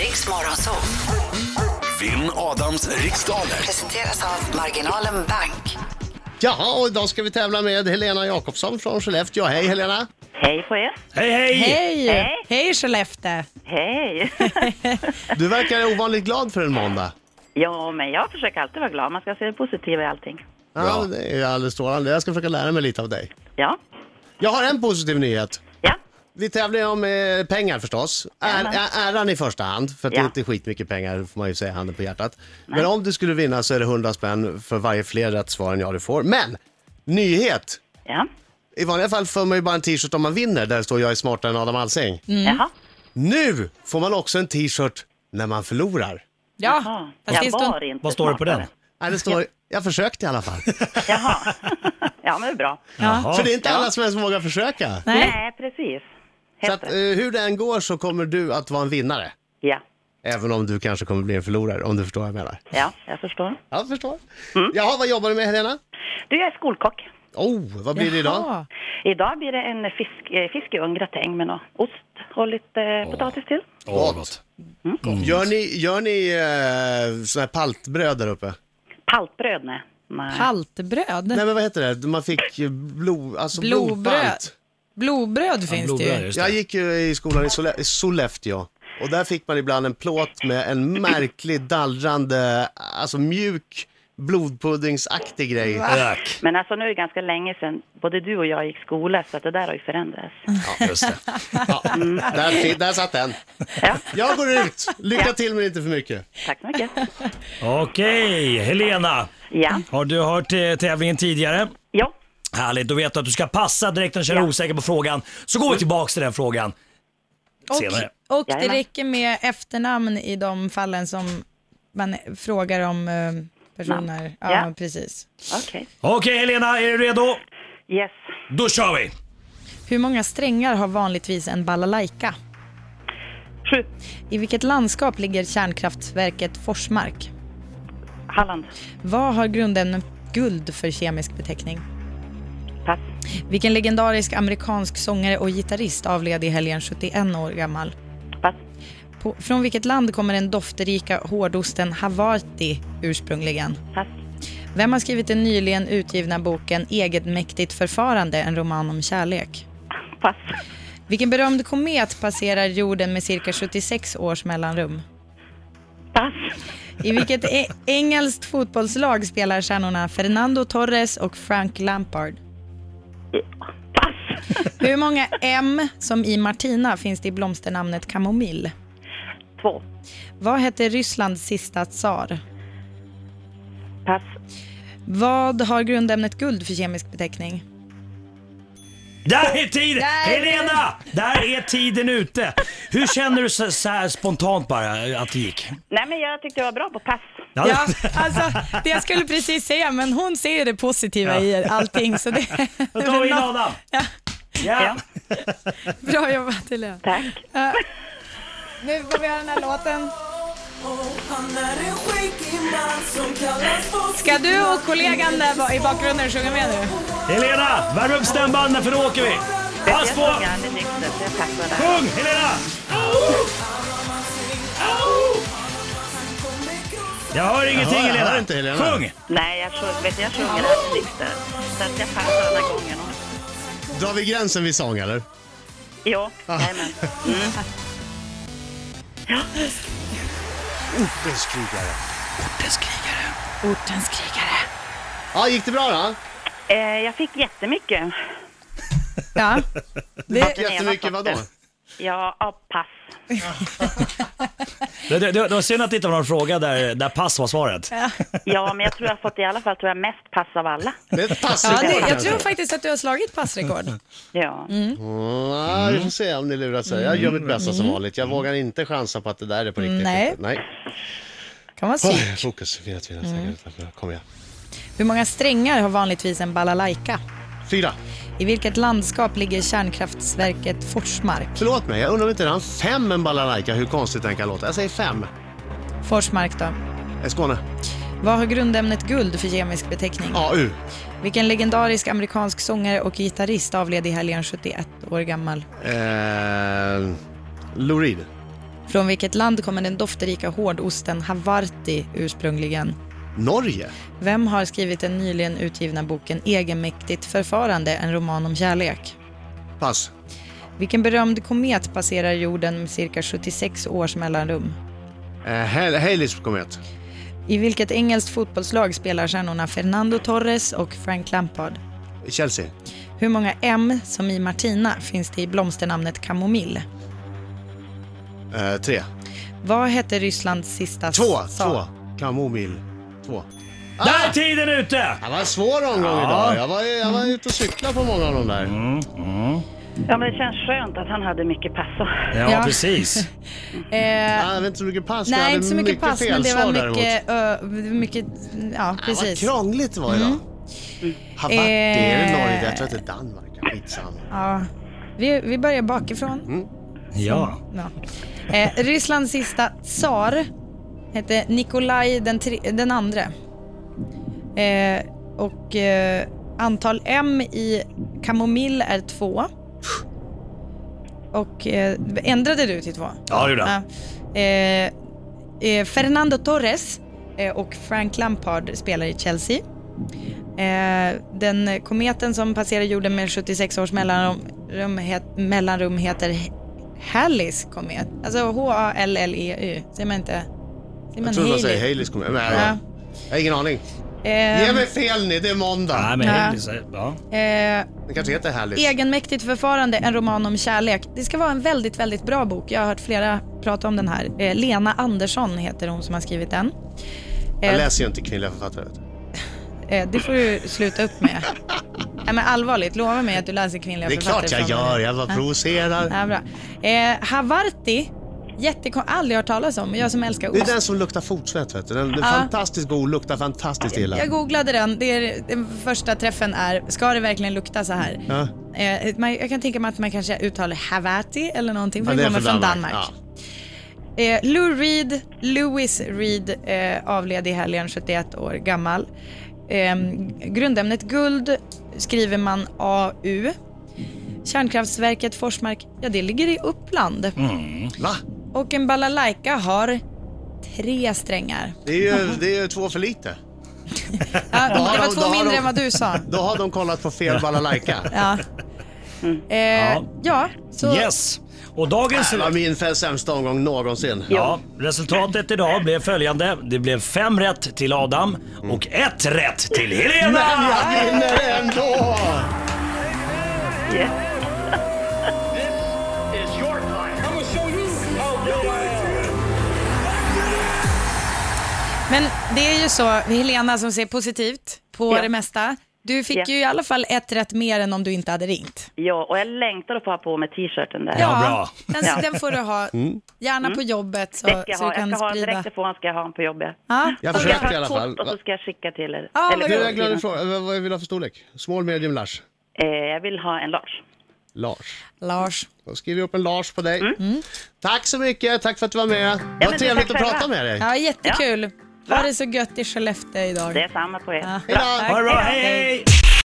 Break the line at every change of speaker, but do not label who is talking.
Riks Morgonzoo
Vinn Adams riksdaler.
presenteras av Marginalen Bank.
Jaha, och idag ska vi tävla med Helena Jakobsson från Skellefteå. Hej Helena!
Hej på er.
Hej, hej!
Hej! Hej Skellefteå!
Hej.
Du verkar ovanligt glad för en måndag.
ja, men jag försöker alltid vara glad. Man ska se det positiva i allting.
Ja, det är alldeles strålande. Jag ska försöka lära mig lite av dig.
Ja.
Jag har en positiv nyhet.
Ja.
Vi tävlar ju om eh, pengar förstås. Är, ä- äran i första hand, för att det
Ja.
är inte skitmycket pengar får man ju säga handen på hjärtat. Men om du skulle vinna så är det 100 spänn för varje fler rätt svar än jag du får. Men! Nyhet!
Ja.
I vanliga fall får man ju bara en t-shirt om man vinner där det står jag är smartare än Adam Alsing.
Jaha.
Nu får man också en t-shirt när man förlorar.
Ja,
Ja.
fast
Jag
finns det
var
en...
inte
Vad står det på den?
smartare.
Nej, det står, jag försökte i alla fall.
Jaha. ja, men det är bra.
Ja.
För det är inte alla som ens vågar försöka.
Nej.
Nej, precis.
Så att,
Helt
eh,
rätt.
hur det än går så kommer du att vara en vinnare.
Ja.
Även om du kanske kommer bli en förlorare, om du förstår vad jag menar.
Ja, jag förstår.
Jag förstår.
Mm.
Jaha, vad jobbar du med Helena?
Du, jag är skolkock.
Oh, vad blir det idag?
Jaha.
Idag blir det en fisk, eh, fisk i ugn-gratäng med nå ost och lite eh, potatis till.
Åh, gott.
Mm. Gör ni, gör ni eh, såna här paltbröd där uppe?
Paltbröd, nej. nej.
Haltbröd?
Nej men vad heter det? Man fick ju blod, alltså
Blodbröd.
blodpalt.
Blodbröd finns det
Blodbröd,
ju.
just
Jag
det.
gick ju i skolan i Solle- i Sollefteå och där fick man ibland en plåt med en märklig dallrande, alltså mjuk blodpuddingsaktig grej.
Ök.
Men alltså nu är det ganska länge sedan både du och jag gick skola så att det där har ju förändrats.
Ja, just det.
Ja, där, fi- där satt den.
Ja.
Jag går ut. Lycka till men inte för mycket.
Tack så mycket.
Okej, Helena.
Ja.
Har du hört eh, tävlingen tidigare?
Ja.
Härligt, då vet du att du ska passa direkt när du känner
Ja.
dig osäker på frågan. Så går vi tillbaks till den frågan. Senare.
Och, och det
Jajamän.
räcker med efternamn i de fallen som man frågar om eh, personer. Ja,
Ja.
precis.
Okej.
Okej Helena, är du redo?
Yes.
Då kör vi!
Hur många strängar har vanligtvis en balalaika?
Sju.
I vilket landskap ligger kärnkraftverket Forsmark?
Halland.
Vad har grundämnet guld för kemisk beteckning?
Pass.
Vilken legendarisk amerikansk sångare och gitarrist avled i helgen 71 år gammal?
Pass.
På, från vilket land kommer den doftrika hårdosten Havarti ursprungligen?
Pass.
Vem har skrivit den nyligen utgivna boken Egenmäktigt förfarande, en roman om kärlek?
Pass.
Vilken berömd komet passerar jorden med cirka 76 års mellanrum?
Pass.
I vilket e- engelskt fotbollslag spelar stjärnorna Fernando Torres och Frank Lampard?
Pass.
Hur många M som i Martina finns det i blomsternamnet kamomill?
Två.
Vad hette Rysslands sista tsar?
Pass.
Vad har grundämnet guld för kemisk beteckning?
Där är tiden!
Där är
Helena! Där är tiden ute! Hur känner du så, så här spontant bara eh, att det gick?
Nej, men jag tyckte jag var bra på pass.
Ja, alltså det jag skulle precis säga, men hon ser det positiva i allting. Så det,
Då tar vi in Adam.
Ja,
Ja.
bra jobbat Helena.
Tack.
Ja. Nu får vi höra den här låten. Ska du och kollegan där ba- i bakgrunden sjunga med nu?
Helena, värm upp stämbanden för nu åker vi! Pass på!
Jag sjöng aldrig nykter, så jag passade.
Sjung Helena! Au! Au! Jag hör ingenting
Jag hör- jag
Helena.
hör inte, Helena.
Sjung!
Nej, jag, sjöng, vet, du, jag sjunger aldrig nykter. Så att jag passade den här gången.
Drar vi gränsen vid sång eller?
Jo, jajamän.
Ortens krigare.
Ortens krigare.
Ja, gick det bra då?
Eh, jag fick jättemycket.
Ja. Det,
Jättemycket vadå?
Ja, ja, pass.
Det, det, det var synd att det inte var någon fråga där, där pass var svaret.
Ja, men jag tror jag har fått i alla fall tror jag mest pass av alla.
Det är ett
ja,
passrekord
det, jag
kanske. Mm,
tror faktiskt att du har slagit passrekord.
Ja.
Mm.
Ja, vi får se om ni lurar sig. Jag gör mitt bästa som vanligt. Jag vågar inte chansa på att det där är på riktigt.
Mm. Nej.
Nej.
Kan man se.
Oj, fokus. Vinna, vinna,
Mm.
säkert. Kom igen.
Hur många strängar har vanligtvis en balalaika?
Fyra.
I vilket landskap ligger kärnkraftsverket Forsmark?
Förlåt mig, jag undrar om inte det är fem en balalaika, hur konstigt den kan låta. Jag säger fem.
Forsmark då.
Eh, Skåne.
Vad har grundämnet guld för kemisk beteckning?
AU.
Vilken legendarisk amerikansk sångare och gitarrist avled i helgen 71 år gammal?
Eh, Lorid.
Från vilket land kommer den doftrika hårdosten Havarti ursprungligen?
Norge?
Vem har skrivit den nyligen utgivna boken Egenmäktigt förfarande, en roman om kärlek?
Pass.
Vilken berömd komet passerar jorden med cirka 76 års mellanrum?
Eh, Hal- Haleys komet.
I vilket engelskt fotbollslag spelar stjärnorna Fernando Torres och Frank Lampard?
Chelsea.
Hur många M, som i Martina, finns det i blomsternamnet kamomill?
Eh, tre.
Vad hette Rysslands sista
Två.
tsar?
Två. Kamomill. Två.
Där är tiden ute!
Det var en svår omgång idag. Jag var, jag var ute och cyklade på många av de där.
Mm.
Ja, men det känns skönt att han hade mycket pass. och-
Ja,
Ja.
precis.
Eh,
Ah, det var inte så mycket pass. jag
nej,
hade
inte så mycket pass, men det
felsvar
var
däremot.
mycket... Ö, mycket ja,
Vad
precis. Mm.
krångligt det var idag. Havarti, är det
Eh.
Norge? Jag tror att det är Danmark. Skitsamma.
Ja. Vi, vi börjar bakifrån.
Mm.
Ja.
Ja. Eh, Rysslands sista tsar hette Nikolaj den, tre- den andre. Eh, och eh, antal M i kamomill är två. Och eh, ändrade du till två?
Ja, det gjorde han.
Ja. Eh, eh, Fernando Torres eh, och Frank Lampard spelar i Chelsea. Eh, den kometen som passerar jorden med 76 års mellanrum, rum, het, mellanrum heter H- Halleys komet. Alltså H-A-L-L-E-Y. Säger man inte? Säger
Jag
man
trodde man säger
Haley?
Haleys komet. Men,
Ja.
Jag har ingen aning.
Eh,
Ge mig fel ni, det är måndag.
Nej, men
Ja.
Haleys, ja.
eh,
Det kanske heter Halleys.
Egenmäktigt förfarande, en roman om kärlek. Det ska vara en väldigt, väldigt bra bok. Jag har hört flera prata om den här. Eh, Lena Andersson heter hon som har skrivit den.
Jag läser ju inte kvinnliga författare. vet du.
Eh, det får du sluta upp med. Nej, men allvarligt, lova mig att du läser kvinnliga
Det är
författare.
klart jag
från och
gör.
med.
Jag bara
Ja.
provocerar.
Ja, bra. Eh, Havarti, jättekon... aldrig hört talas om, jag som älskar
Det är
ost.
den som luktar fotsvett. Vet du. Den är
Ja.
fantastiskt god, luktar fantastiskt illa.
Jag googlade den, det är, den första träffen är, ska det verkligen lukta så här?
Ja.
Eh, man, jag kan tänka mig att man kanske uttalar Havarti eller någonting, för
Ja,
det
det är
kommer
från
från
Danmark.
Danmark. Eh, Lou Reed, Louis Reed, eh, avled i helgen, 71 år gammal. Eh, grundämnet guld skriver man AU. Kärnkraftverket Forsmark, ja det ligger i Uppland.
Mm, Va?
Och en balalaika har tre strängar.
Det är ju, det är ju två för lite.
Ja,
har
det
de-
var
då
två
har
mindre
de-
än vad du sa.
Då har de kollat på fel balalaika.
Ja. Eh,
Mm.
Ja.
ja, så
Yes. Och dagens...
Det var min fem sämsta omgång någonsin.
Ja, resultatet idag blev följande. Det blev fem rätt till Adam och ett rätt till Helena!
Men jag vinner ändå!
Men det är ju så, Helena som ser positivt på
Ja.
det mesta. Du fick
Ja.
ju i alla fall ett rätt mer än om du inte hade ringt.
Ja, och jag längtar att få ha på mig t-shirten där.
Ja, bra.
Den,
Ja.
den får du ha, gärna på jobbet så,
Det ska jag
så du
ha. Jag
kan
ska ha den
sprida.
direkt ifrån, ska jag ha den på jobbet.
Ja.
Jag
Jag ska
försökte i
ta
alla
ett
fall.
kort och så ska jag skicka till er.
Ja, vad
Du,
bra.
till
jag glömde
er.
fråga. Vad vad vill du ha för storlek? Small, medium, large?
eh, jag vill ha en Lars.
Lars.
Lars.
Då skriver jag upp en Lars på dig. Tack så mycket, tack för att du var med. Det var
men
trevligt
tack
att prata
själva.
med dig.
Ja, jättekul. Ha det så gött i Skellefteå idag.
Det är samma på er.
Ja.
Hej då!
Ha det bra,
Hej.
hej!